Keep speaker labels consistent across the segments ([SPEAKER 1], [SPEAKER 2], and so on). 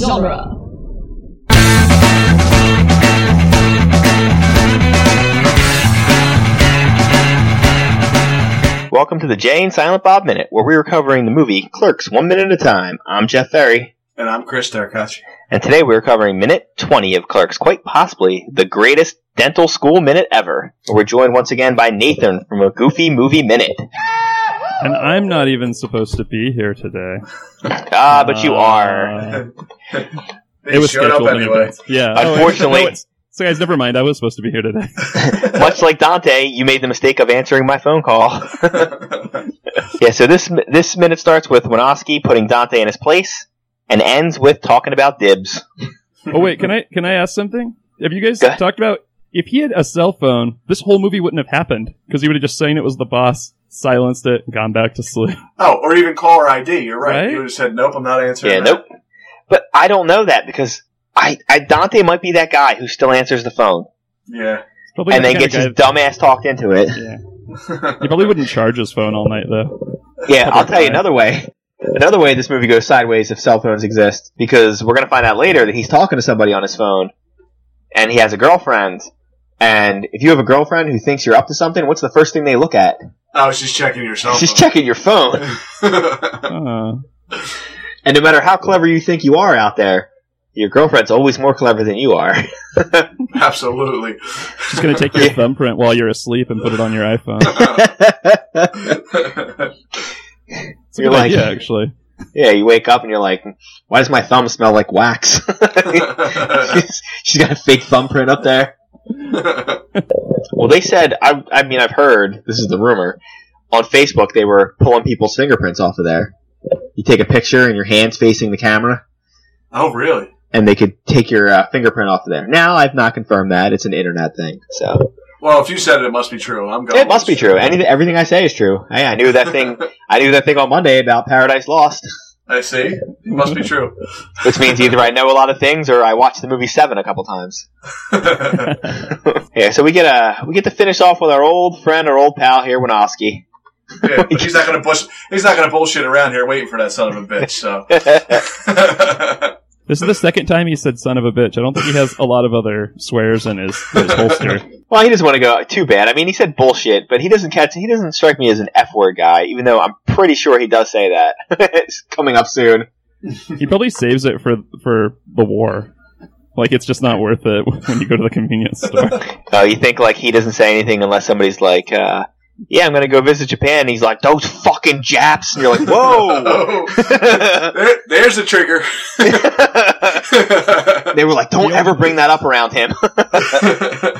[SPEAKER 1] genre.
[SPEAKER 2] Welcome to the Jay and Silent Bob Minute, where we are covering the movie Clerks one minute at a time. I'm Jeff Ferry,
[SPEAKER 3] And I'm Chris Derkach.
[SPEAKER 2] and today we are covering minute 20 of Clerks, quite possibly the greatest dental school minute ever. We're joined once again by Nathan from a goofy movie minute.
[SPEAKER 4] And I'm not even supposed to be here today.
[SPEAKER 2] Ah, but you are.
[SPEAKER 4] Uh,
[SPEAKER 3] They
[SPEAKER 4] it was
[SPEAKER 3] showed up
[SPEAKER 4] scheduled
[SPEAKER 3] anyway.
[SPEAKER 4] but- Yeah.
[SPEAKER 2] Unfortunately-
[SPEAKER 4] Oh, it's- so guys, never mind. I was supposed to be here today.
[SPEAKER 2] Much like Dante, you made the mistake of answering my phone call. yeah, so this this minute starts with Winoski putting Dante in his place and ends with talking about dibs.
[SPEAKER 4] oh wait, can I can I ask something? Have you guys
[SPEAKER 2] Go ahead.
[SPEAKER 4] talked about if he had a cell phone, this whole movie wouldn't have happened because he would have just saying it was the boss, silenced it, and gone back to sleep.
[SPEAKER 3] oh, or even caller ID. You're right.
[SPEAKER 4] Right?
[SPEAKER 3] You would have said, nope, I'm not answering.
[SPEAKER 2] Yeah,
[SPEAKER 3] that."
[SPEAKER 2] nope. But I don't know that because I, I Dante might be that guy who still answers the phone
[SPEAKER 3] Yeah.
[SPEAKER 4] It's Probably
[SPEAKER 2] and
[SPEAKER 4] the
[SPEAKER 2] then
[SPEAKER 4] kind of
[SPEAKER 2] gets his
[SPEAKER 4] guy-
[SPEAKER 2] dumbass talked into it.
[SPEAKER 4] Yeah. He probably wouldn't charge his phone all night though.
[SPEAKER 2] Yeah, I'll
[SPEAKER 4] Public
[SPEAKER 2] tell you
[SPEAKER 4] eye.
[SPEAKER 2] another way. Another way this movie goes sideways if cell phones exist, because we're gonna find out later that he's talking to somebody on his phone, and he has a girlfriend. And if you have a girlfriend who thinks you're up to something, what's the first thing they look at?
[SPEAKER 3] I was just checking your cell
[SPEAKER 2] She's
[SPEAKER 3] phone.
[SPEAKER 2] checking your phone.
[SPEAKER 4] Uh,
[SPEAKER 2] And no matter how clever you think you are out there, your girlfriend's always more clever than you are.
[SPEAKER 3] Absolutely.
[SPEAKER 4] just gonna take your thumbprint while you're asleep and put it on your iPhone. It's a
[SPEAKER 2] You're
[SPEAKER 4] good
[SPEAKER 2] like-
[SPEAKER 4] idea, actually.
[SPEAKER 2] yeah, you wake up and you're like, why does my thumb smell like wax? she's, she's got a fake thumbprint up there. Well, they said, I, I mean, I've heard, this is the rumor, on Facebook they were pulling people's fingerprints off of there. You take a picture and your hand's facing the camera,
[SPEAKER 3] oh, really?
[SPEAKER 2] and they could take your uh, fingerprint off of there. Now, I've not confirmed that. It's an internet thing, so.
[SPEAKER 3] Well, if you said it, it must be true. I'm going.
[SPEAKER 2] It must be true. Any, everything I say is true. Hey, I knew that thing, I knew that thing on Monday about Paradise Lost,
[SPEAKER 3] I see. It must be true.
[SPEAKER 2] which means either I know a lot of things or I watched the movie Seven a couple times. Yeah, so we get uh we get to finish off with our old friend, our old pal here, Winoski.
[SPEAKER 3] Yeah, but he's not going to bush. He's not going to bullshit around here waiting for that son of a bitch. So.
[SPEAKER 4] This is the second time he said "son of a bitch." I don't think he has a lot of other swears in his, his holster.
[SPEAKER 2] well, he doesn't want to go too bad. I mean, he said bullshit, but he doesn't catch. He doesn't strike me as an F word guy, even though I'm pretty sure he does say that. it's coming up soon.
[SPEAKER 4] He probably saves it for for the war. Like it's just not worth it when you go to the convenience store.
[SPEAKER 2] Uh, you think like he doesn't say anything unless somebody's like, uh, "Yeah, I'm gonna go visit Japan." And he's like, "Those fucking Japs," and you're like, "Whoa."
[SPEAKER 3] There- there's a trigger.
[SPEAKER 2] They were like, don't ever bring that up around him.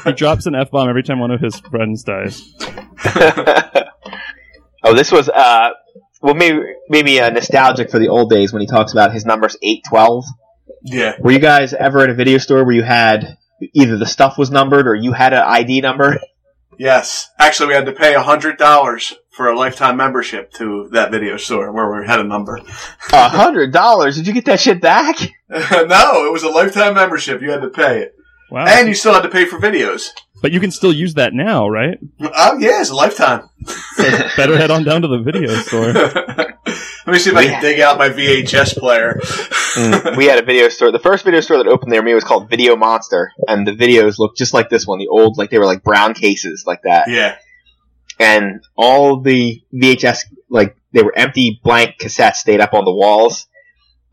[SPEAKER 4] He drops an f bomb every time one of his friends dies.
[SPEAKER 2] oh, this was uh, well, maybe maybe uh, nostalgic for the old days when he talks about his numbers eight twelve.
[SPEAKER 3] yeah.
[SPEAKER 2] Were you guys ever at a video store where you had either the stuff was numbered or you had an ID number?
[SPEAKER 3] Yes. Actually, we had to pay a hundred dollars for a lifetime membership to that video store where we had a number.
[SPEAKER 2] A hundred dollars? Did you get that shit back?
[SPEAKER 3] no, it was a lifetime membership. You had to pay it,
[SPEAKER 2] Oh,
[SPEAKER 4] Wow!
[SPEAKER 3] and you still had to pay for videos.
[SPEAKER 4] but you can still use that now, right?
[SPEAKER 3] Oh yeah, it's a lifetime.
[SPEAKER 4] Better head on down to the video store.
[SPEAKER 3] Let me see if I
[SPEAKER 2] Yeah.
[SPEAKER 3] can dig out my VHS player.
[SPEAKER 2] we had a video store. The first video store that opened near me was called Video Monster, and the videos looked just like this one. The old, like they were like brown cases like that,
[SPEAKER 3] yeah.
[SPEAKER 2] and all the VHS like they were empty blank cassettes stayed up on the walls,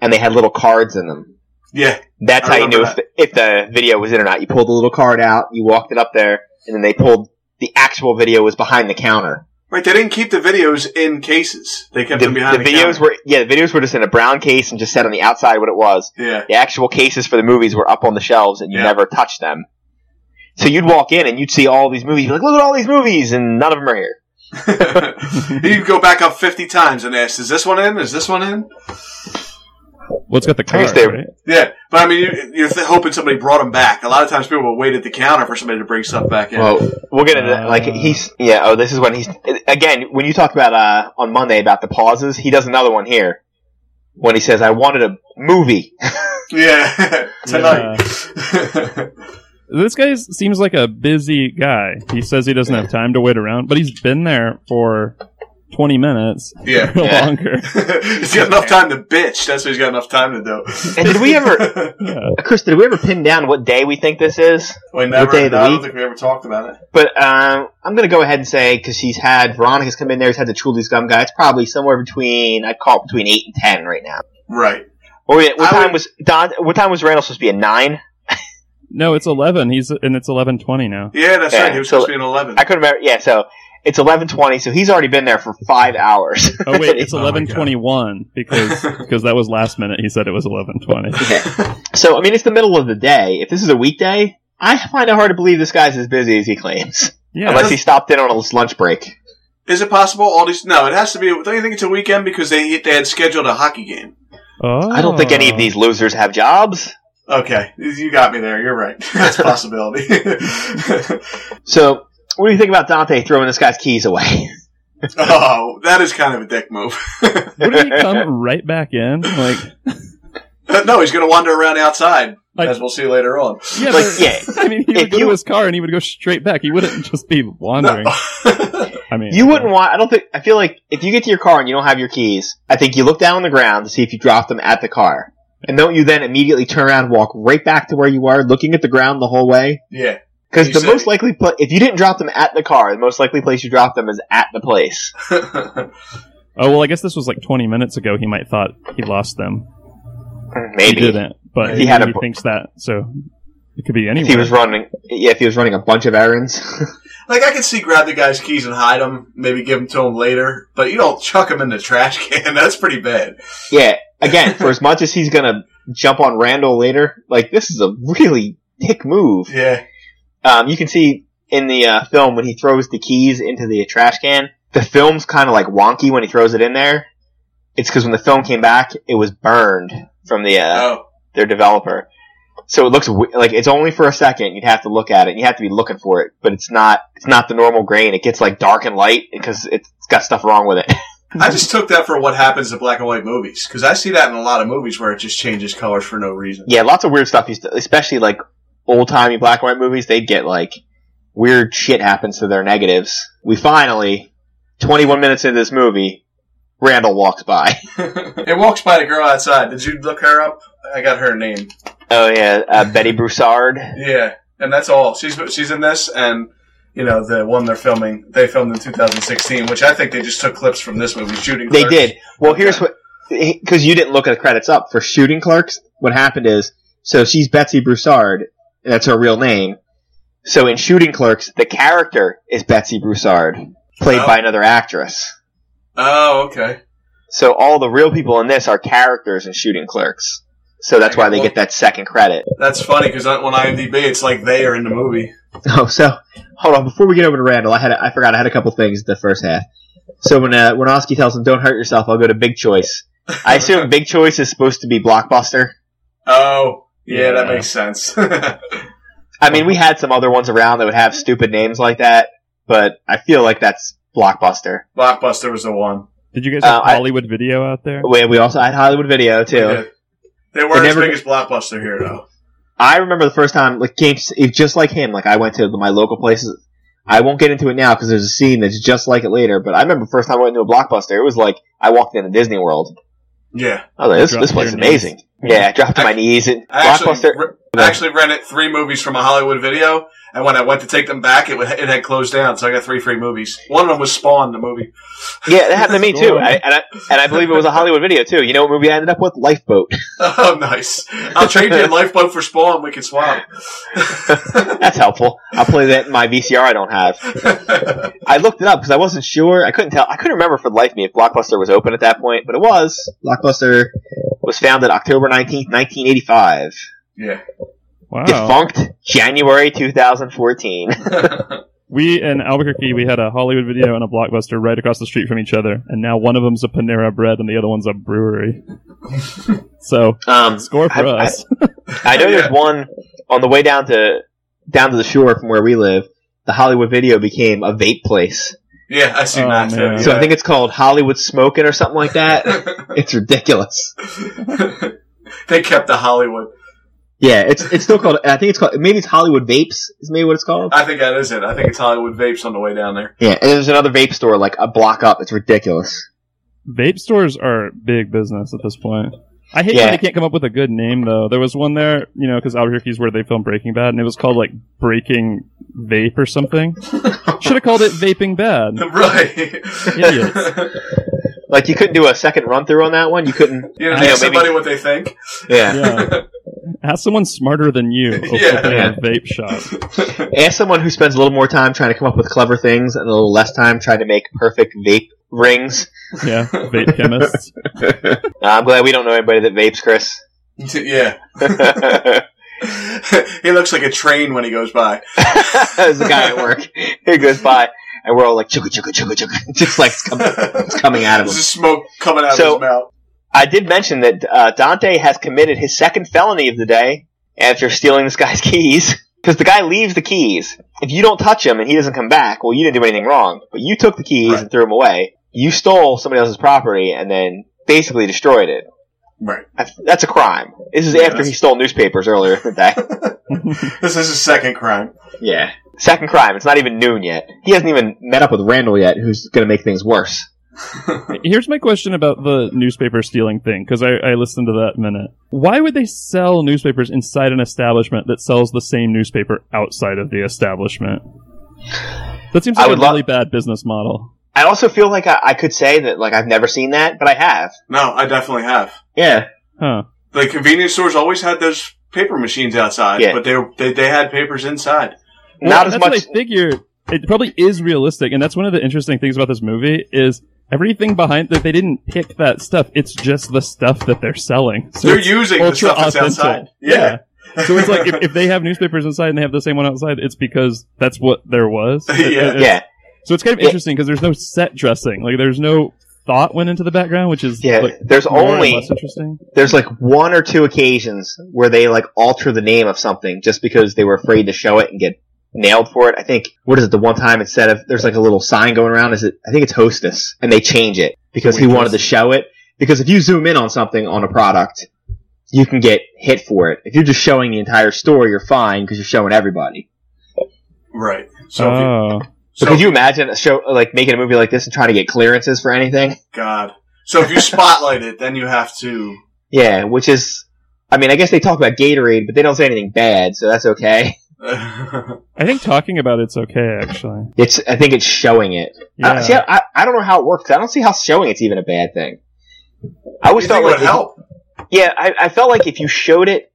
[SPEAKER 2] and they had little cards in them.
[SPEAKER 3] Yeah.
[SPEAKER 2] That's
[SPEAKER 3] I
[SPEAKER 2] how you
[SPEAKER 3] remember
[SPEAKER 2] knew if the, if the video was in or not. You pulled the little card out, you walked it up there, and then they pulled the actual video was behind the counter.
[SPEAKER 3] Right. They didn't keep the videos in cases. They kept
[SPEAKER 2] The,
[SPEAKER 3] them behind the,
[SPEAKER 2] the videos
[SPEAKER 3] counter.
[SPEAKER 2] were yeah, the videos were just in a brown case and just said on the outside what it was.
[SPEAKER 3] Yeah.
[SPEAKER 2] The actual cases for the movies were up on the shelves, and you
[SPEAKER 3] Yeah.
[SPEAKER 2] never touched them. So you'd walk in and you'd see all these movies. You'd be like, look at all these movies, and none of them are here.
[SPEAKER 3] you could go back up fifty times and ask, "Is this one in? Is this one in?"
[SPEAKER 4] Well, it's got the
[SPEAKER 2] I guess
[SPEAKER 4] card,
[SPEAKER 2] they-
[SPEAKER 4] right?
[SPEAKER 3] Yeah, but I mean, you, you're th- hoping somebody brought them back. A lot of times, people will wait at the counter for somebody to bring stuff back in.
[SPEAKER 2] Well, we'll get into that.
[SPEAKER 3] Uh,
[SPEAKER 2] Like he's yeah. Oh, this is when he's again. When you talk about uh on Monday about the pauses, he does another one here when he says, "I wanted a movie."
[SPEAKER 3] yeah, tonight.
[SPEAKER 4] This guy is- seems like a busy guy. He says he doesn't have time to wait around, but he's been there for twenty minutes
[SPEAKER 3] Yeah.
[SPEAKER 4] or
[SPEAKER 2] Yeah.
[SPEAKER 4] longer.
[SPEAKER 3] he's got enough time to bitch. That's what he's got enough time to do.
[SPEAKER 2] And did we ever,
[SPEAKER 4] Yeah.
[SPEAKER 2] Chris? Did we ever pin down what day we think this is?
[SPEAKER 3] we never.
[SPEAKER 2] day
[SPEAKER 3] I
[SPEAKER 2] of the
[SPEAKER 3] don't
[SPEAKER 2] week?
[SPEAKER 3] think we ever talked about it.
[SPEAKER 2] But um, I'm gonna go ahead and say because he's had Veronica's come in there. He's had the Chuli's gum guy. It's probably somewhere between I call it between eight and ten right now.
[SPEAKER 3] Right.
[SPEAKER 2] Or wait, what
[SPEAKER 3] I
[SPEAKER 2] time
[SPEAKER 3] would-
[SPEAKER 2] was Don? What time was Randall supposed to be? At nine?
[SPEAKER 4] No, it's eleven. He's and it's eleven twenty now.
[SPEAKER 3] Yeah, that's
[SPEAKER 2] Yeah,
[SPEAKER 3] right. He was
[SPEAKER 2] so-
[SPEAKER 3] supposed to be an eleven.
[SPEAKER 2] I couldn't remember. Yeah, so it's eleven twenty. So he's already been there for five hours.
[SPEAKER 4] Oh wait, it's
[SPEAKER 1] Oh my God.
[SPEAKER 4] eleven twenty one because because that was last minute. He said it was eleven twenty.
[SPEAKER 2] so I mean, it's the middle of the day. If this is a weekday, I find it hard to believe this guy's as busy as he claims,
[SPEAKER 4] Yeah,
[SPEAKER 2] unless he stopped in on his lunch break.
[SPEAKER 3] Is it possible? All these? No, it has to be. Don't you think it's a weekend because they they had scheduled a hockey game?
[SPEAKER 4] Oh.
[SPEAKER 2] I don't think any of these losers have jobs.
[SPEAKER 3] Okay, you got me there. You're right. That's a possibility.
[SPEAKER 2] So what do you think about Dante throwing this guy's keys away?
[SPEAKER 3] oh, that is kind of a dick move.
[SPEAKER 4] Would Oh. he come right back in? Like,
[SPEAKER 3] no, he's going to wander around outside,
[SPEAKER 4] Like-
[SPEAKER 3] as we'll see later on.
[SPEAKER 4] yeah,
[SPEAKER 2] like,
[SPEAKER 4] but-
[SPEAKER 2] yeah,
[SPEAKER 4] I mean, he
[SPEAKER 2] If
[SPEAKER 4] would go
[SPEAKER 2] you-
[SPEAKER 4] to his car and he would go straight back. He wouldn't just be wandering. I mean,
[SPEAKER 2] You wouldn't want. I don't think. I feel like if you get to your car and you don't have your keys, I think you look down on the ground to see if you dropped them at the car, and don't you then immediately turn around and walk right back to where you are, looking at the ground the whole way?
[SPEAKER 3] yeah.
[SPEAKER 2] Because
[SPEAKER 3] You
[SPEAKER 2] the
[SPEAKER 3] said-
[SPEAKER 2] most likely, pla if you didn't drop them at the car, the most likely place you dropped them is at the place.
[SPEAKER 4] Oh well, I guess this was like 20 minutes ago. He might thought he lost them.
[SPEAKER 2] Maybe
[SPEAKER 4] He didn't, but
[SPEAKER 3] If
[SPEAKER 4] he,
[SPEAKER 2] he had a
[SPEAKER 4] maybe
[SPEAKER 2] br-
[SPEAKER 4] thinks that so it could be
[SPEAKER 2] if
[SPEAKER 4] anywhere.
[SPEAKER 2] he was running, yeah, if he was running a bunch of errands.
[SPEAKER 3] like I could see grab the guy's keys and hide them, maybe give them to him later, but you don't chuck them in the trash can. That's pretty bad.
[SPEAKER 2] yeah, again, for as much as he's gonna jump on Randall later, like this is a really dick move.
[SPEAKER 3] Yeah.
[SPEAKER 2] Um, you can see in the uh, film when he throws the keys into the trash can, the film's kind of like wonky when he throws it in there. It's because when the film came back, it was burned from the uh,
[SPEAKER 3] Oh.
[SPEAKER 2] their developer, so it looks w- like it's only for a second. You'd have to look at it. and You have to be looking for it, but it's not. It's not the normal grain. It gets like dark and light because it's got stuff wrong with it.
[SPEAKER 3] I just took that for what happens in black and white movies because I see that in a lot of movies where it just changes colors for no reason.
[SPEAKER 2] yeah, lots of weird stuff. used to- Especially like old timey black and white movies, they'd get like weird shit happens to their negatives. We finally, 21 minutes into this movie, Randall walks by.
[SPEAKER 3] it walks by the girl outside. Did you look her up? I got her name.
[SPEAKER 2] Oh yeah, uh, Betty Broussard.
[SPEAKER 3] Yeah, and that's all. She's she's in this, and you know the one they're filming. They filmed in 2016, which I think they just took clips from this movie shooting.
[SPEAKER 2] They
[SPEAKER 3] Clerks.
[SPEAKER 2] did. Well, here's what, because you didn't look at the credits up for Shooting Clerks. What happened is, so she's Betsy Broussard. and That's her real name. So in Shooting Clerks, the character is Betsy Broussard, played
[SPEAKER 3] Oh.
[SPEAKER 2] by another actress.
[SPEAKER 3] Oh, okay.
[SPEAKER 2] So all the real people in this are characters in Shooting Clerks. So that's why they get that second credit.
[SPEAKER 3] That's funny because on IMDb, it's like they are in the movie.
[SPEAKER 2] Oh, so hold on. Before we get over to Randall, I had I forgot I had a couple things the first half. So when uh, when Oski tells him, "Don't hurt yourself," I'll go to Big Choice. I assume Big Choice is supposed to be blockbuster.
[SPEAKER 3] Oh, yeah, that
[SPEAKER 4] Yeah.
[SPEAKER 3] makes sense. yeah,
[SPEAKER 2] I mean, we had some other ones around that would have stupid names like that, but I feel like that's blockbuster.
[SPEAKER 3] Blockbuster was the one.
[SPEAKER 4] Did you guys have
[SPEAKER 2] Uh, I-
[SPEAKER 4] Hollywood video out there?
[SPEAKER 2] We, we also had Hollywood Video too.
[SPEAKER 3] Yeah. They weren't
[SPEAKER 2] They never-
[SPEAKER 3] as big as Blockbuster here, though.
[SPEAKER 2] I remember the first time, like games, it- just like him. Like I went to my local places. I won't get into it now because there's a scene that's just like it later. But I remember the first time I went into a blockbuster, it was like I walked into Disney World.
[SPEAKER 3] Yeah,
[SPEAKER 2] I was like, this,
[SPEAKER 4] Dropped
[SPEAKER 2] this place is
[SPEAKER 4] your knees.
[SPEAKER 2] amazing. Yeah, I dropped to my knees. And
[SPEAKER 3] I actually,
[SPEAKER 2] blockbuster.
[SPEAKER 3] re- I actually rented three movies from a Hollywood video, and when I went to take them back, it, wa- it had closed down, so I got three free movies. One of them was Spawn, the movie.
[SPEAKER 2] Yeah, that happened to me too.
[SPEAKER 4] Sure.
[SPEAKER 2] I, and I and I believe it was a Hollywood Video too. You know what movie I ended up with? Lifeboat.
[SPEAKER 3] Oh, nice. I'll trade you a lifeboat for Spawn. We can swap.
[SPEAKER 2] that's helpful. I'll play that in my VCR. I don't have. I looked it up because I wasn't sure. I couldn't tell. I couldn't remember for the life of me if Blockbuster was open at that point, but it was. Blockbuster was founded October 19th, 1985.
[SPEAKER 3] yeah.
[SPEAKER 4] Wow.
[SPEAKER 2] Defunct
[SPEAKER 3] Oh.
[SPEAKER 2] January 2014.
[SPEAKER 4] We in Albuquerque, we had a Hollywood video and a blockbuster right across the street from each other, and now one of them's a Panera Bread and the other one's a brewery. so
[SPEAKER 2] Um,
[SPEAKER 4] score for
[SPEAKER 2] I-
[SPEAKER 4] us.
[SPEAKER 2] I know
[SPEAKER 3] Oh, Yeah.
[SPEAKER 2] there's one on the way down to down to the shore from where we live. The Hollywood video became a vape place.
[SPEAKER 3] Yeah, I seen
[SPEAKER 4] Oh,
[SPEAKER 3] that
[SPEAKER 4] man.
[SPEAKER 3] too.
[SPEAKER 2] So I think it's called Hollywood Smoking or something like that. it's ridiculous.
[SPEAKER 3] they kept the Hollywood.
[SPEAKER 2] Yeah, it's it's still called. I think it's called. Maybe it's Hollywood Vapes. Is maybe what it's called.
[SPEAKER 3] I think that is it. I think it's Hollywood Vapes on the way down there.
[SPEAKER 2] Yeah, and there's another vape store like a block up. It's ridiculous.
[SPEAKER 4] Vape stores are big business at this point. I hate
[SPEAKER 2] Yeah.
[SPEAKER 4] that they can't come up with a good name though. There was one there, you know, because Albuquerque's where they filmed Breaking Bad, and it was called like Breaking Vape or something. Should have called it Vaping Bad.
[SPEAKER 3] right.
[SPEAKER 4] Idiots.
[SPEAKER 2] Like you couldn't do a second run through on that one. You couldn't.
[SPEAKER 3] you know,
[SPEAKER 2] I
[SPEAKER 3] give
[SPEAKER 2] know,
[SPEAKER 3] somebody
[SPEAKER 2] maybe-
[SPEAKER 3] what they think.
[SPEAKER 2] Yeah.
[SPEAKER 4] Yeah. Ask someone smarter than you of
[SPEAKER 3] Yeah.
[SPEAKER 4] opening
[SPEAKER 2] Yeah.
[SPEAKER 4] a vape shop.
[SPEAKER 2] Ask someone who spends a little more time trying to come up with clever things and a little less time trying to make perfect vape rings.
[SPEAKER 4] Yeah, vape chemists.
[SPEAKER 2] Nah, I'm glad we don't know anybody that vapes, Chris.
[SPEAKER 3] yeah.
[SPEAKER 2] There's
[SPEAKER 3] he looks like a train when he goes by.
[SPEAKER 2] a guy at work. He goes by, and we're all like chugga chugga chugga chugga, just like it's coming, it's coming out of him.
[SPEAKER 3] There's smoke coming out
[SPEAKER 2] So-
[SPEAKER 3] of his mouth.
[SPEAKER 2] I did mention that uh, Dante has committed his second felony of the day after stealing this guy's keys. Because the guy leaves the keys. If you don't touch him and he doesn't come back, well, you didn't do anything wrong. But you took the keys
[SPEAKER 3] Right.
[SPEAKER 2] and threw them away. You stole somebody else's property and then basically destroyed it.
[SPEAKER 3] Right.
[SPEAKER 2] That's- That's a crime. This is
[SPEAKER 3] Yeah,
[SPEAKER 2] after he
[SPEAKER 3] that's-
[SPEAKER 2] stole newspapers earlier in the day.
[SPEAKER 3] This is his second crime.
[SPEAKER 2] yeah. Second crime. It's not even noon yet. He hasn't even met up with Randall yet, who's going to make things worse.
[SPEAKER 4] Here's my question about the newspaper stealing thing, because I, I listened to that minute. Why would they sell newspapers inside an establishment that sells the same newspaper outside of the establishment? That seems
[SPEAKER 2] I
[SPEAKER 4] like a
[SPEAKER 2] would lo-
[SPEAKER 4] really bad business model.
[SPEAKER 2] I also feel like I, I could say that, like, I've never seen that, but I have.
[SPEAKER 3] No, I definitely have.
[SPEAKER 2] Yeah.
[SPEAKER 4] Huh.
[SPEAKER 3] The convenience stores always had those paper machines outside,
[SPEAKER 2] Yeah.
[SPEAKER 3] but they, were- they they had papers inside.
[SPEAKER 4] Well,
[SPEAKER 2] Not as
[SPEAKER 4] that's what
[SPEAKER 2] much
[SPEAKER 4] I figure it probably is realistic, and that's one of the interesting things about this movie is everything behind that they didn't pick that stuff. It's just the stuff that they're selling. So
[SPEAKER 3] They're
[SPEAKER 4] it's
[SPEAKER 3] using the
[SPEAKER 4] ultra
[SPEAKER 3] stuff that's
[SPEAKER 4] authentic.
[SPEAKER 3] outside. Yeah.
[SPEAKER 4] So it's like if, if they have newspapers inside and they have the same one outside, it's because that's what there was. It- it-
[SPEAKER 3] Yeah.
[SPEAKER 4] it's-
[SPEAKER 2] Yeah.
[SPEAKER 4] So it's kind of
[SPEAKER 2] Yeah.
[SPEAKER 4] interesting because there's no set dressing. Like there's no thought went into the background, which is
[SPEAKER 2] Yeah,
[SPEAKER 4] like
[SPEAKER 2] there's
[SPEAKER 4] more and
[SPEAKER 2] only
[SPEAKER 4] less interesting.
[SPEAKER 2] there's like one or two occasions where they like alter the name of something just because they were afraid to show it and get nailed for it. I think what is it? The one time instead of there's like a little sign going around. Is it? I think it's Hostess, and they change it because he
[SPEAKER 3] Waitress.
[SPEAKER 2] wanted to show it. Because if you zoom in on something on a product, you can get hit for it. If you're just showing the entire store, you're fine because you're showing everybody.
[SPEAKER 3] right. So, if you,
[SPEAKER 4] Oh,
[SPEAKER 2] So,
[SPEAKER 3] so
[SPEAKER 2] could you imagine a show like making a movie like this and trying to get clearances for anything?
[SPEAKER 3] God. So if you spotlight it, then you have to.
[SPEAKER 2] Yeah, which is, I mean, I guess they talk about Gatorade, but they don't say anything bad, so that's okay.
[SPEAKER 4] I think talking about it's okay actually.
[SPEAKER 2] It's. I think it's showing it.
[SPEAKER 4] Yeah.
[SPEAKER 2] I, Uh, see, I, I don't know how it works. I don't see how showing it's even a bad thing. I always
[SPEAKER 3] you
[SPEAKER 2] felt like
[SPEAKER 3] think it would help?
[SPEAKER 2] yeah, I, I felt like if you showed it,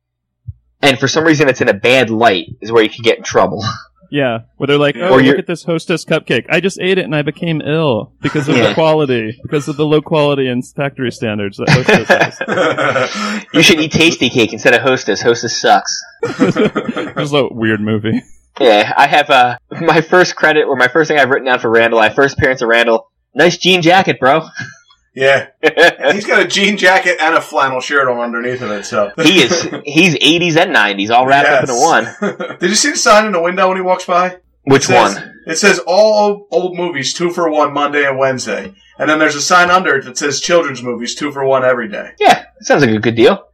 [SPEAKER 2] and for some reason it's in a bad light, is where you could get in trouble.
[SPEAKER 4] Yeah, where they're like,
[SPEAKER 3] Yeah.
[SPEAKER 4] "Oh,
[SPEAKER 2] Or
[SPEAKER 4] look
[SPEAKER 2] you're-
[SPEAKER 4] at this Hostess cupcake. I just ate it and I became ill because of the
[SPEAKER 2] Yeah.
[SPEAKER 4] quality, because of the low quality and factory standards that Hostess has."
[SPEAKER 2] you should eat Tasty Cake instead of Hostess. Hostess sucks.
[SPEAKER 4] it was a weird movie.
[SPEAKER 2] Yeah, I have uh, my first credit or my first thing I've written down for Randall. My first appearance of Randall. Nice jean jacket, bro.
[SPEAKER 3] yeah.
[SPEAKER 2] he
[SPEAKER 3] He's got a jean jacket and a flannel shirt on underneath of it. So
[SPEAKER 2] is. He's 80s and 90s, all wrapped up into one.
[SPEAKER 3] one. Did you see the sign in the window when he walks by?
[SPEAKER 2] Which
[SPEAKER 3] says-
[SPEAKER 2] one?
[SPEAKER 3] It says all old movies two for one Monday and Wednesday, and then there's a sign under it that says children's movies two for one every day.
[SPEAKER 2] Yeah, sounds like a good deal.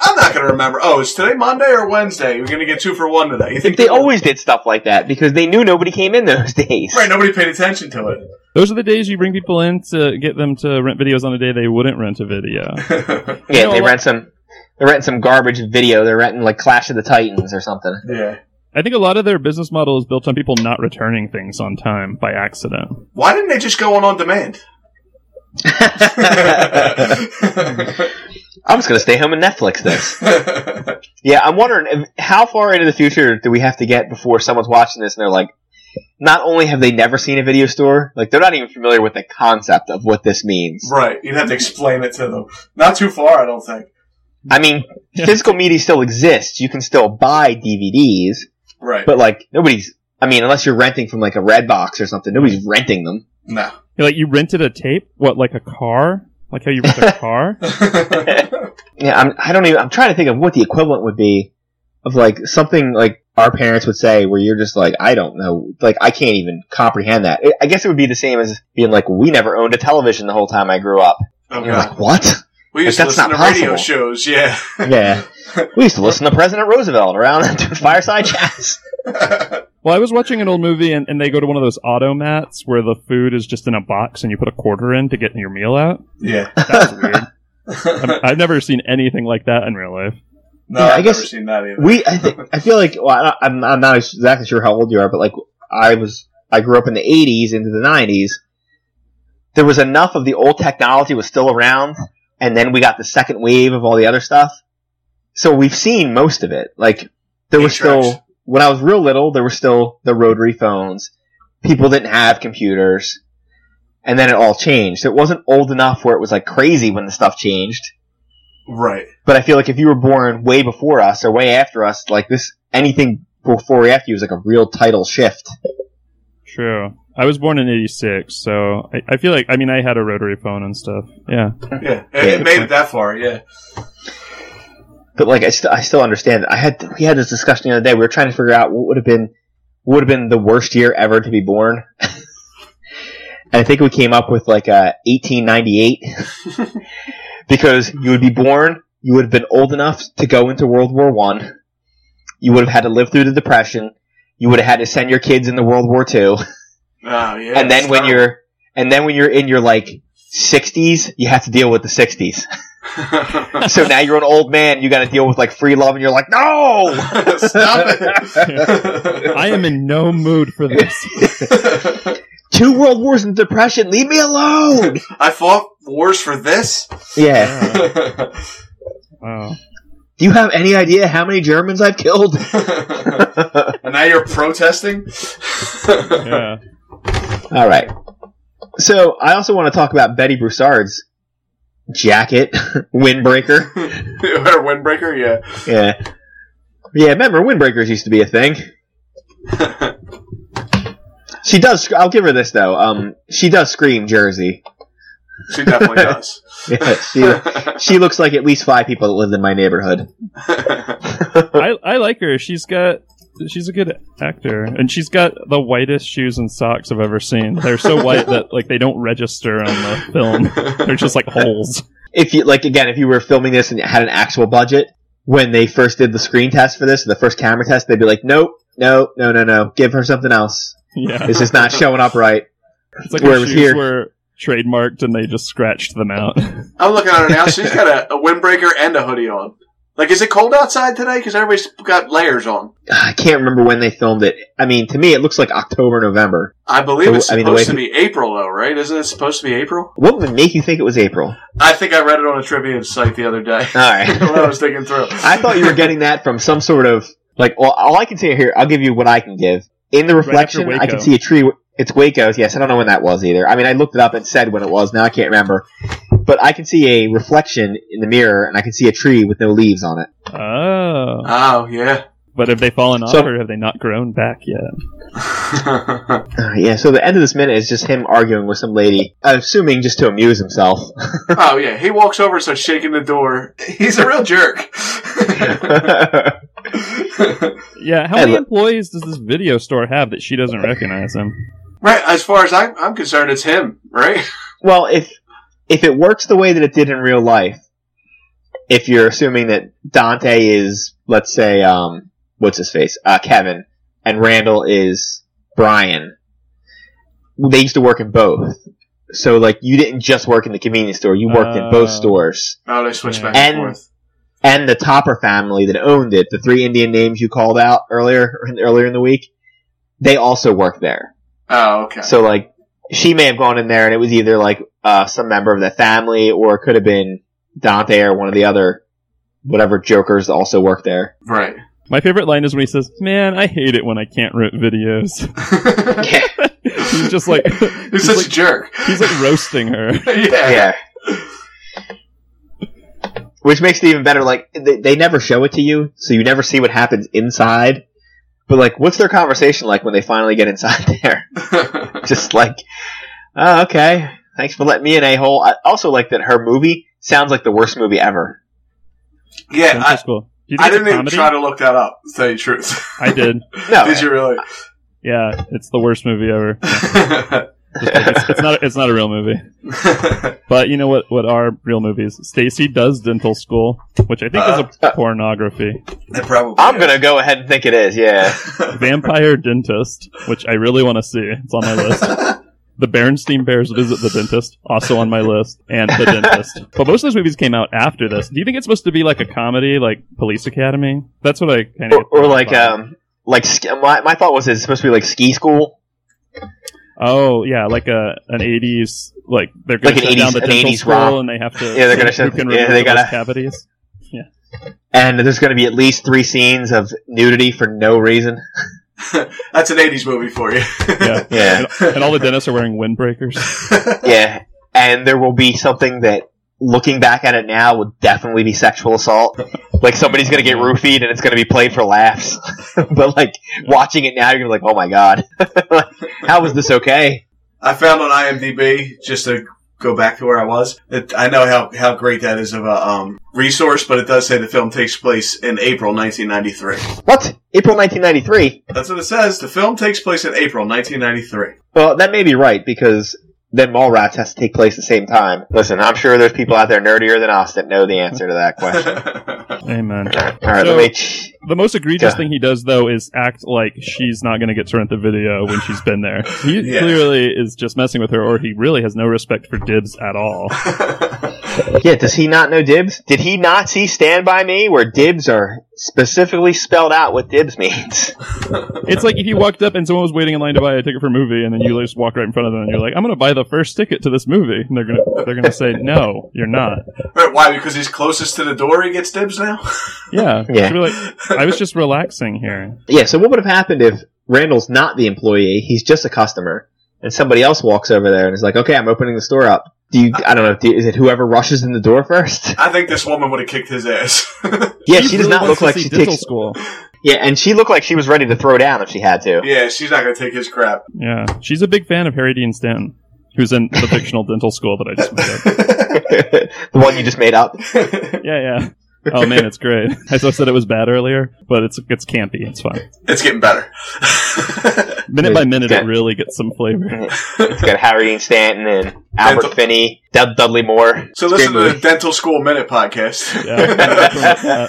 [SPEAKER 3] I'm not gonna remember. Oh, is today Monday or Wednesday? We're gonna get two for one today. You think
[SPEAKER 2] They always did stuff like that because they knew nobody came in those days.
[SPEAKER 3] right? Nobody paid attention to it.
[SPEAKER 4] Those are the days you bring people in to get them to rent videos on a day they wouldn't rent a video.
[SPEAKER 2] Yeah,
[SPEAKER 4] You know,
[SPEAKER 2] they
[SPEAKER 4] like-
[SPEAKER 2] rent some. They're renting some garbage video. They're renting like Clash of the Titans or something.
[SPEAKER 3] yeah.
[SPEAKER 4] I think a lot of their business model is built on people not returning things on time by accident.
[SPEAKER 3] Why didn't they just go on on demand?
[SPEAKER 2] I'm just gonna stay home and Netflix this. Yeah, I'm wondering if, how far into the future do we have to get before someone's watching this and they're like, not only have they never seen a video store, like they're not even familiar with the concept of what this means.
[SPEAKER 3] right. You'd have to explain it to them. Not too far, I don't think.
[SPEAKER 2] I mean,
[SPEAKER 4] Yeah.
[SPEAKER 2] physical media still exists. You can still buy DVDs,
[SPEAKER 3] Right.
[SPEAKER 2] but like nobody's. I mean, unless you're renting from like a Red Box or something, nobody's renting them.
[SPEAKER 3] no.
[SPEAKER 4] You're like you rented a tape, what like a car, like how you rent a car.
[SPEAKER 3] Oh,
[SPEAKER 2] Yeah, I'm, I don't even. I'm trying to think of what the equivalent would be of like something like our parents would say, where you're just like, I don't know, like I can't even comprehend that. I- I guess it would be the same as being like, we never owned a television the whole time I grew up.
[SPEAKER 3] oh
[SPEAKER 2] And you're
[SPEAKER 3] god.
[SPEAKER 2] like, what?
[SPEAKER 3] We used
[SPEAKER 2] Like, that's
[SPEAKER 3] to listen to
[SPEAKER 2] not
[SPEAKER 3] radio
[SPEAKER 2] possible.
[SPEAKER 3] shows. Yeah.
[SPEAKER 2] Yeah. We used to listen to President Roosevelt around doing fireside chats.
[SPEAKER 4] Well, I was watching an old movie, and, and they go to one of those automats where the food is just in a box, and you put a quarter in to get your meal out.
[SPEAKER 3] yeah.
[SPEAKER 4] That's weird. I'm, I've never seen anything like that in real life.
[SPEAKER 3] No,
[SPEAKER 2] Yeah, I
[SPEAKER 3] I've never
[SPEAKER 2] guess
[SPEAKER 3] seen that either.
[SPEAKER 2] We, I, think, I feel like, well, I don't- I'm, I'm not exactly sure how old you are, but like, I was, I grew up in the 80s into the 90s. There was enough of the old technology was still around, and then we got the second wave of all the other stuff. So we've seen most of it. Like, there was
[SPEAKER 3] Eight-tracks.
[SPEAKER 2] still, when I was real little, there were still the rotary phones. People didn't have computers. And then it all changed. It wasn't old enough where it was like crazy when the stuff changed
[SPEAKER 3] right.
[SPEAKER 2] but I feel like if you were born way before us or way after us, like this, anything before or after you is like a real title shift.
[SPEAKER 4] True. I was born in '86, so I, I feel like I mean I had a rotary phone and stuff. Yeah.
[SPEAKER 3] Yeah. It, it made it that far. Yeah.
[SPEAKER 2] But like, I, st- I still understand. I had we had this discussion the other day. We were trying to figure out what would have been what would have been the worst year ever to be born. and I think we came up with like uh, 1898 because you would be born, you would have been old enough to go into World War One, you would have had to live through the Depression, you would have had to send your kids into World War Two.
[SPEAKER 3] Oh, yeah.
[SPEAKER 2] and then
[SPEAKER 3] it's
[SPEAKER 2] when
[SPEAKER 3] terrible.
[SPEAKER 2] you're and then when you're in your like 60s you have to deal with the 60s so now you're an old man you got to deal with like free love and you're like no
[SPEAKER 3] Stop it.
[SPEAKER 4] I am in no mood for this.
[SPEAKER 2] two world wars and depression leave me alone
[SPEAKER 3] I fought wars for this.
[SPEAKER 2] yeah
[SPEAKER 4] Yeah.
[SPEAKER 2] Uh-huh.
[SPEAKER 4] Wow.
[SPEAKER 2] do you have any idea how many germans i've killed
[SPEAKER 3] and now you're protesting.
[SPEAKER 4] Yeah.
[SPEAKER 2] all right so i also want to talk about betty broussard's jacket windbreaker
[SPEAKER 3] or windbreaker. Yeah.
[SPEAKER 2] yeah yeah remember windbreakers used to be a thing she does sc- i'll give her this though um she does scream jersey
[SPEAKER 3] she definitely does.
[SPEAKER 2] yeah, she, She looks like at least five people that lived in my neighborhood.
[SPEAKER 4] I I like her. She's got she's a good actor, and she's got the whitest shoes and socks I've ever seen. They're so white that like they don't register on the film. They're just like holes.
[SPEAKER 2] If you like, again, if you were filming this and it had an actual budget, when they first did the screen test for this, the first camera test, they'd be like, "Nope, no, no, no, no, give her something else.
[SPEAKER 4] Yeah.
[SPEAKER 2] This is not showing up right."
[SPEAKER 4] It's like
[SPEAKER 2] Where
[SPEAKER 4] her
[SPEAKER 2] it was
[SPEAKER 4] shoes
[SPEAKER 2] here.
[SPEAKER 4] were trademarked and they just scratched them out.
[SPEAKER 3] I'm looking at her now. She's got a, a windbreaker and a hoodie on. Like, is it cold outside today? Because everybody's got layers on.
[SPEAKER 2] I can't remember when they filmed it. I mean, to me, it looks like October, November.
[SPEAKER 3] I believe
[SPEAKER 2] The-
[SPEAKER 3] it's
[SPEAKER 2] I mean,
[SPEAKER 3] supposed
[SPEAKER 2] the way
[SPEAKER 3] to be April, though, right? Isn't it supposed to be April?
[SPEAKER 2] What would make you think it was April?
[SPEAKER 3] I think I read it on a trivia site the other day
[SPEAKER 2] All right.
[SPEAKER 3] when I was thinking through.
[SPEAKER 2] I thought you were getting that from some sort of like. Well, all I can say here, I'll give you what I can give. In the
[SPEAKER 4] after
[SPEAKER 2] reflection, I
[SPEAKER 4] Waco.
[SPEAKER 2] can see a tree. It's Waco's. Yes, I don't know when that was either. I mean, I looked it up and said when it was. Now I can't remember. But I can see a reflection in the mirror, and I can see a tree with no leaves on it.
[SPEAKER 4] oh.
[SPEAKER 3] Oh, yeah.
[SPEAKER 4] But have they fallen off
[SPEAKER 2] So-
[SPEAKER 4] or have they not grown back yet?
[SPEAKER 2] Uh, yeah. So the end of this minute is just him arguing with some lady, I'm assuming just to amuse himself.
[SPEAKER 3] oh, yeah. He walks over and starts shaking the door. He's a real jerk.
[SPEAKER 4] Yeah, how
[SPEAKER 2] Hey,
[SPEAKER 4] many
[SPEAKER 2] look-
[SPEAKER 4] employees does this video store have that she doesn't recognize him?
[SPEAKER 3] right. As far as I'm, I'm concerned, it's him, right?
[SPEAKER 2] well, if if it works the way that it did in real life, if you're assuming that Dante is, let's say, um, what's his face, uh, Kevin, and Randall is Brian, they used to work in both. So like, you didn't just work in the convenience store; you worked in both
[SPEAKER 4] Oh.
[SPEAKER 2] stores.
[SPEAKER 3] Oh, they switch back and,
[SPEAKER 2] And-
[SPEAKER 3] forth.
[SPEAKER 2] And the Topper family that owned it, the three Indian names you called out earlier earlier in the week, they also worked there.
[SPEAKER 3] Oh, okay.
[SPEAKER 2] So like she may have gone in there and it was either like uh, some member of the family or it could have been Dante or one of the other whatever jokers that also work there.
[SPEAKER 3] right.
[SPEAKER 4] My favorite line is when he says, "Man, I hate it when I can't rent videos."
[SPEAKER 2] yeah.
[SPEAKER 4] he's just like
[SPEAKER 3] He's
[SPEAKER 4] he's
[SPEAKER 3] such
[SPEAKER 4] like,
[SPEAKER 3] a jerk.
[SPEAKER 4] he's like roasting her.
[SPEAKER 3] yeah.
[SPEAKER 2] yeah. Which makes it even better. Like they, they never show it to you, so you never see what happens inside. But like, what's their conversation like when they finally get inside there? Just like, oh, okay, thanks for letting me in, a hole. I also like that her movie sounds like the worst movie ever.
[SPEAKER 3] yeah. I,
[SPEAKER 4] That's cool. Do you think
[SPEAKER 3] I
[SPEAKER 4] it's a
[SPEAKER 3] didn't even
[SPEAKER 4] comedy?
[SPEAKER 3] try to look that up, to tell you the truth.
[SPEAKER 4] I did.
[SPEAKER 2] No,
[SPEAKER 3] Did you really?
[SPEAKER 4] Yeah, it's the worst movie ever. Just like it's, it's not. It's not a real movie. But you know what? What are real movies? Stacy does dental school, which I think is a
[SPEAKER 2] Uh.
[SPEAKER 4] pornography.
[SPEAKER 3] It probably.
[SPEAKER 2] I'm
[SPEAKER 3] is.
[SPEAKER 2] gonna go ahead and think it is. Yeah.
[SPEAKER 4] Vampire dentist, which I really want to see. It's on my list. The Bernstein Bears visit the dentist, also on my list, and the dentist. But most of those movies came out after this. Do you think it's supposed to be like a comedy, like Police Academy? That's what I kind
[SPEAKER 2] or,
[SPEAKER 4] of.
[SPEAKER 2] or like um like sk- my my thought was it's supposed to be like ski school,
[SPEAKER 4] Oh yeah, like a an eighties like they're going
[SPEAKER 2] Like
[SPEAKER 4] to
[SPEAKER 2] an 80s
[SPEAKER 4] shut down the
[SPEAKER 2] an
[SPEAKER 4] dental
[SPEAKER 2] 80s
[SPEAKER 4] school
[SPEAKER 2] romp.
[SPEAKER 4] and they have to
[SPEAKER 2] Yeah, they're gonna
[SPEAKER 4] see
[SPEAKER 2] shut-
[SPEAKER 4] who can
[SPEAKER 2] yeah,
[SPEAKER 4] remove
[SPEAKER 2] they
[SPEAKER 4] the
[SPEAKER 2] gotta-
[SPEAKER 4] most cavities.
[SPEAKER 2] and there's gonna be at least three scenes of nudity for no reason.
[SPEAKER 3] That's an '80s movie for you.
[SPEAKER 4] Yeah,
[SPEAKER 2] Yeah,
[SPEAKER 4] and all the dentists are wearing windbreakers.
[SPEAKER 2] yeah, and there will be something that looking back at it now would definitely be sexual assault. Like somebody's gonna get roofied and it's gonna be played for laughs, but like watching it now, you're gonna be like, oh my god, like, how is this okay?
[SPEAKER 3] I found on IMDb just to go back to where I was. That I know how how great that is of a um, resource, but it does say the film takes place in April 1993.
[SPEAKER 2] What? April 1993.
[SPEAKER 3] That's what it says. The film takes place in April 1993.
[SPEAKER 2] Well, that may be right because then Mallrats has to take place at the same time. Listen, I'm sure there's people out there nerdier than us that know the answer to that question.
[SPEAKER 4] Amen.
[SPEAKER 2] All right, let
[SPEAKER 4] So-
[SPEAKER 2] me. Ch-
[SPEAKER 4] The most egregious
[SPEAKER 2] Yeah.
[SPEAKER 4] thing he does though is act like she's not going to get to rent the video when she's been there. He
[SPEAKER 3] Yeah.
[SPEAKER 4] clearly is just messing with her, or he really has no respect for dibs at all.
[SPEAKER 2] yeah, does he not know dibs? Did he not see Stand By Me where dibs are specifically spelled out what dibs means?
[SPEAKER 4] It's like if you walked up and someone was waiting in line to buy a ticket for a movie, and then you just walk right in front of them and you're like, "I'm going to buy the first ticket to this movie," and they're going to they're going to say, "No, you're not."
[SPEAKER 3] Right, why? Because he's closest to the door. He gets dibs now.
[SPEAKER 4] Yeah,
[SPEAKER 2] Yeah.
[SPEAKER 4] She'd be like, I was just relaxing here.
[SPEAKER 2] Yeah, so what would have happened if Randall's not the employee, he's just a customer, and somebody else walks over there and is like, okay, I'm opening the store up. Do you, I don't know, do, is it whoever rushes in the door first?
[SPEAKER 3] I think this woman would have kicked his ass.
[SPEAKER 2] Yeah, she does
[SPEAKER 4] really
[SPEAKER 2] not
[SPEAKER 4] wants
[SPEAKER 2] look
[SPEAKER 4] to
[SPEAKER 2] like
[SPEAKER 4] see
[SPEAKER 2] she
[SPEAKER 4] dental
[SPEAKER 2] takes.
[SPEAKER 4] school.
[SPEAKER 2] Yeah, and she looked like she was ready to throw down if she had to.
[SPEAKER 3] yeah, she's not gonna take his crap.
[SPEAKER 4] Yeah, she's a big fan of Harry Dean Stanton, who's in the fictional dental school that I just made up.
[SPEAKER 2] the one you just made up.
[SPEAKER 4] Yeah, yeah. Oh man, it's great. I just said it was bad earlier, but it's it's campy. It's fine.
[SPEAKER 3] It's getting better.
[SPEAKER 4] Minute by minute, it
[SPEAKER 2] Yeah.
[SPEAKER 4] really gets some flavor.
[SPEAKER 2] It's got Harry Dean Stanton and Albert Finney, Dud- Dudley Moore.
[SPEAKER 3] so listen
[SPEAKER 2] Great
[SPEAKER 3] to the
[SPEAKER 2] movie.
[SPEAKER 3] Dental School Minute podcast.
[SPEAKER 4] Yeah.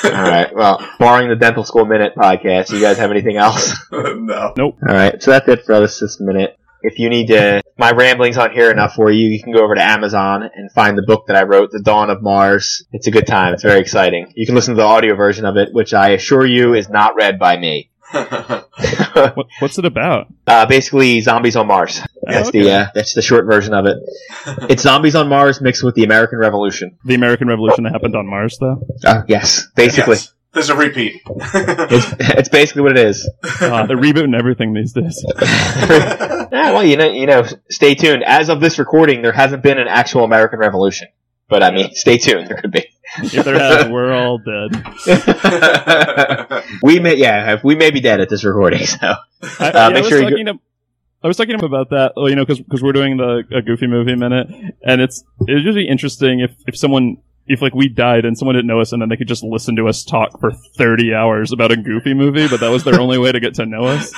[SPEAKER 2] All right. Well, barring the Dental School Minute podcast, you guys have anything else?
[SPEAKER 3] no.
[SPEAKER 2] All right. So that's it for us this minute. If you need to, my ramblings on here enough for you, you can go over to Amazon and find the book that I wrote, The Dawn of Mars. It's a good time. It's very exciting. You can listen to the audio version of it, which I assure you is not read by me.
[SPEAKER 4] What, what's it about?
[SPEAKER 2] Uh, basically, zombies on Mars. That's
[SPEAKER 4] Oh, okay.
[SPEAKER 2] the uh, that's the short version of it. It's zombies on Mars mixed with the American Revolution.
[SPEAKER 4] The American Revolution that happened on Mars, though.
[SPEAKER 2] Uh, yes, basically,
[SPEAKER 3] Yes. There's a repeat.
[SPEAKER 2] it's, it's basically what it is.
[SPEAKER 4] Uh, they're rebooting everything these days.
[SPEAKER 2] yeah, well, you know, you know, stay tuned. As of this recording, there hasn't been an actual American Revolution, but I mean, stay tuned. There could be.
[SPEAKER 4] If there has, we're all dead.
[SPEAKER 2] We may, yeah, we may be dead at this recording. So,
[SPEAKER 4] I,
[SPEAKER 2] Uh,
[SPEAKER 4] yeah,
[SPEAKER 2] make
[SPEAKER 4] I was
[SPEAKER 2] sure you go-
[SPEAKER 4] talking to. I was talking to him about that, well, you know, because we're doing the a goofy movie minute, and it's it's usually interesting if if someone if like we died and someone didn't know us, and then they could just listen to us talk for thirty hours about a goofy movie, but that was their only way to get to know us.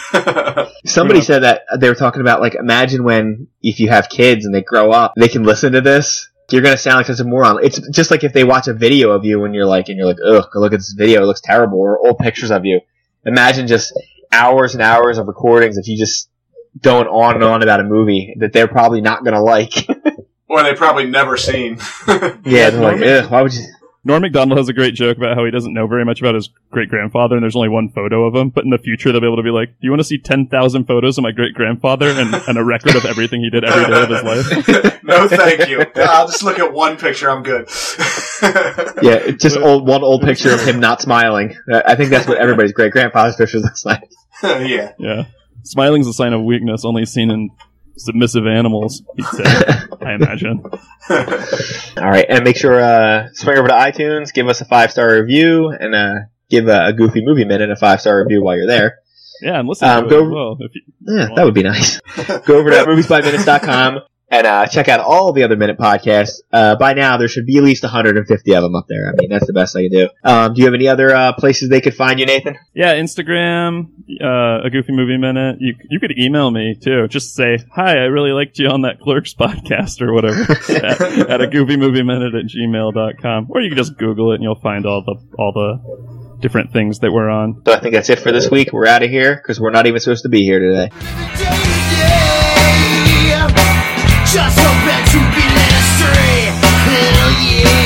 [SPEAKER 2] somebody
[SPEAKER 4] Yeah.
[SPEAKER 2] said that they were talking about like, imagine when if you have kids and they grow up, they can listen to this. You're gonna sound like such a moron. It's just like if they watch a video of you when you're like, and you're like, ugh, look at this video, it looks terrible, or old pictures of you. Imagine just hours and hours of recordings if you just going on and on about a movie that they're probably not gonna like.
[SPEAKER 3] or they probably never seen.
[SPEAKER 2] yeah, they're like, ugh, why would you?
[SPEAKER 4] Norm Macdonald has a great joke about how he doesn't know very much about his great grandfather, and there's only one photo of him. But in the future, they'll be able to be like, "Do you want to see ten thousand photos of my great grandfather and, and a record of everything he did every day of his life?"
[SPEAKER 3] no, thank you. I'll just look at one picture. I'm good.
[SPEAKER 2] Yeah, just old one old picture of him not smiling. Uh, I think that's what everybody's great grandfather's pictures looks like.
[SPEAKER 3] yeah.
[SPEAKER 4] Yeah, smiling's a sign of weakness, only seen in submissive animals. He said. I imagine.
[SPEAKER 2] All right, and make sure uh, swing over to iTunes, give us a five star review, and uh, give uh, a goofy movie minute a five star review while you're there.
[SPEAKER 4] Yeah, and listen
[SPEAKER 2] Um,
[SPEAKER 4] to
[SPEAKER 2] go-
[SPEAKER 4] it as well. If you,
[SPEAKER 2] Yeah, that would be nice. Go over to moviesbyminutes.com. and uh, check out all the other Minute podcasts. Uh, by now, there should be at least 150 of them up there. I mean, that's the best I can do. Um, do you have any other uh, places they could find you, Nathan?
[SPEAKER 4] Yeah, Instagram, uh, a goofy movie minute. You you could email me too. Just say hi. I really liked you on that Clerks podcast or whatever at, at a goofy movie minute at gmail.com. or you can just Google it and you'll find all the all the different things that we're on.
[SPEAKER 2] So I think that's it for this week. We're out of here because we're not even supposed to be here today.
[SPEAKER 1] Just so bad to be led astray. Hell yeah.